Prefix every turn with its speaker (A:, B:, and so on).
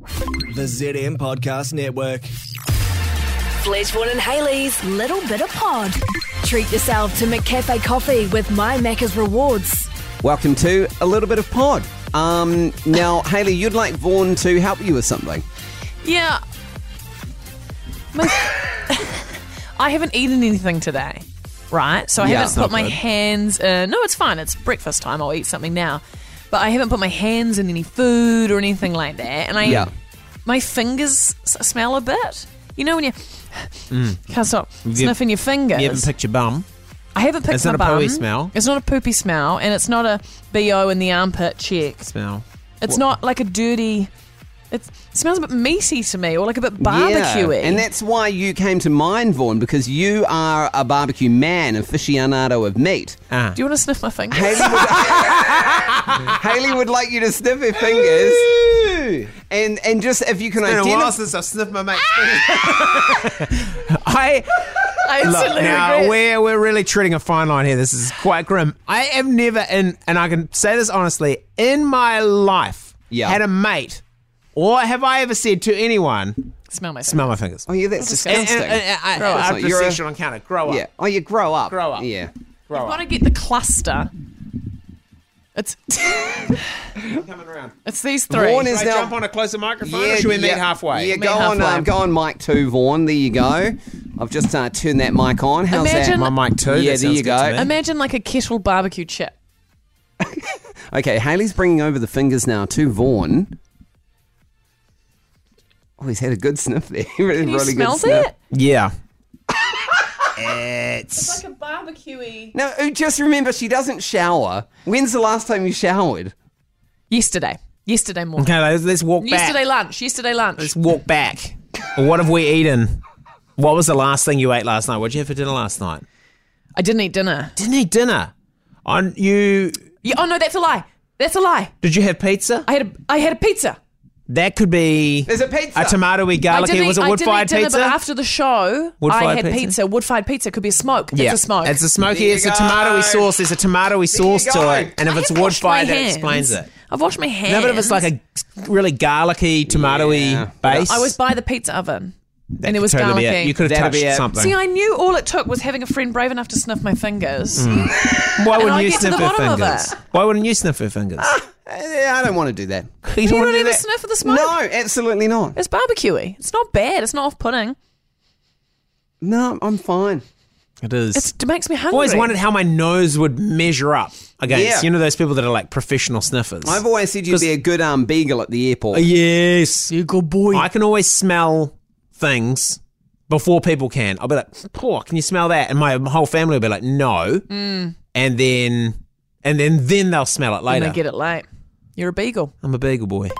A: The ZM Podcast Network.
B: Fleshborn and Haley's Little Bit of Pod. Treat yourself to McCafe coffee with My Macca's Rewards.
C: Welcome to a little bit of pod. Um, now, Haley, you'd like Vaughan to help you with something.
D: Yeah. My- I haven't eaten anything today, right? So I
C: Yeah, it's
D: haven't
C: not
D: put my
C: good.
D: hands in. No, it's fine. It's breakfast time. I'll eat something now. But I haven't put my hands in any food or anything like that. And I,
C: Yeah.
D: my fingers s- smell a bit. You know when you
C: Mm.
D: can't stop sniffing your fingers.
E: You haven't picked your bum.
D: I haven't picked
E: It's
D: my
E: not a pooey
D: bum.
E: smell.
D: It's not a poopy smell, and it's not a bo in the armpit check.
E: Smell.
D: It's not like a dirty. It's, it smells a bit meaty to me, or like a bit barbecuey.
C: Yeah, and that's why you came to mind, Vaughan, because you are a barbecue man, aficionado of meat.
E: Ah.
D: Do you want to sniff my fingers?
C: Haley would, Haley would like you to sniff her fingers. And and just if you can
E: It's been a while
C: identify.
E: since I've sniffed my mate's fingers. I
D: I
E: look
D: instantly
E: now
D: regret-
E: we're we're really treading a fine line here. This is quite grim. I have never in and I can say this honestly in my life
C: Yeah.
E: had a mate, or have I ever said to anyone,
D: Smell my
E: "Smell my fingers."
C: Oh, yeah, that's disgusting.
E: And- and- and- and-
C: Grow up.
E: after
C: It's
E: a
C: like you're a-
E: sexual encounter, grow up.
C: yeah. Oh, you grow up.
E: Grow up.
C: Yeah.
E: Grow
D: I've got
E: up.
D: to get the cluster. It's
E: Coming around.
D: it's these three.
C: Vaughan is
E: Should I
C: now-
E: jump on a closer microphone or should we meet halfway?
C: Yeah,
D: Meet
C: go on,
D: halfway.
C: um, go on, Mike two, Vaughan. There you go. I've just uh, turned that mic on. How's
D: Imagine-
C: that?
E: My mic too.
C: Yeah,
E: that
C: there you
E: sounds good to
C: go.
E: me.
D: Imagine like a kettle barbecue chip.
C: Okay, Haley's bringing over the fingers now to Vaughan. Oh, he's had a good sniff there. really,
D: Can you
C: really
D: smell
C: good sniff.
D: that?
E: Yeah.
D: It's like a barbecuey.
C: No, uh, just remember she doesn't shower. When's the last time you showered?
D: Yesterday, yesterday morning,
E: Okay, let's, let's walk back.
D: yesterday lunch, yesterday lunch.
E: Let's walk back. what have we eaten? What was the last thing you ate last night? What did you have for dinner last night?
D: I didn't eat dinner.
E: Didn't eat dinner. On you?
D: Yeah, oh no, that's a lie. That's a lie.
E: Did you have pizza?
D: I had a I had a pizza.
E: That could be
C: There's a pizza.
E: a tomatoey
D: I
E: garlic.
D: didn't
E: was
D: eat,
E: it
D: I
E: wood
D: didn't eat
E: fired
D: dinner,
E: pizza?
D: but after the show, I
E: Wood-fired
D: had
E: pizza?
D: pizza. Wood fired pizza could be a smoke.
E: yeah,
D: It's a smoke.
E: It's a smoky.
C: There
E: It's
C: you
E: a
C: go.
E: tomatoey sauce. There's a tomatoey sauce
C: go.
E: to it, and if
D: I
E: it's
D: have
E: wood
D: washed my
E: fired, that
D: hands.
E: explains it.
D: I've washed my hands.
E: No, but if it's like a really garlicky, tomatoey
C: Yeah.
E: base,
D: I was by the pizza oven.
E: that
D: and it
E: could
D: was
E: totally be
D: garlicky.
E: You could have
C: That'd
E: touched
C: be it.
E: something. Mm.
D: See, I knew all it took was having a friend brave enough to sniff my fingers.
E: Why wouldn't
D: I
E: you
D: get to the
E: sniff her
D: bottom of
E: fingers?
D: it.
E: Why wouldn't you sniff her fingers?
C: Eh, I don't want to do that.
E: you
D: You
E: wanna
D: don't
E: do
D: even
E: that?
D: sniff of the smoke.
C: No, absolutely not.
D: It's barbecuey. It's not bad. It's not off-putting.
C: No, I'm fine.
E: It is.
D: It's, it makes me hungry.
E: always wondered how my nose would measure up against
C: Yeah.
E: you know those people that are like professional sniffers.
C: I've always said you'd be a good um, beagle at the airport.
E: Oh, yes, you good boy. I can always smell things before people can. I'll be like, "Poor, can you smell that?" And my whole family will be like, "No," and then and then then they'll smell it
D: And
E: later.
D: I get it late. You're a beagle.
E: I'm a beagle boy.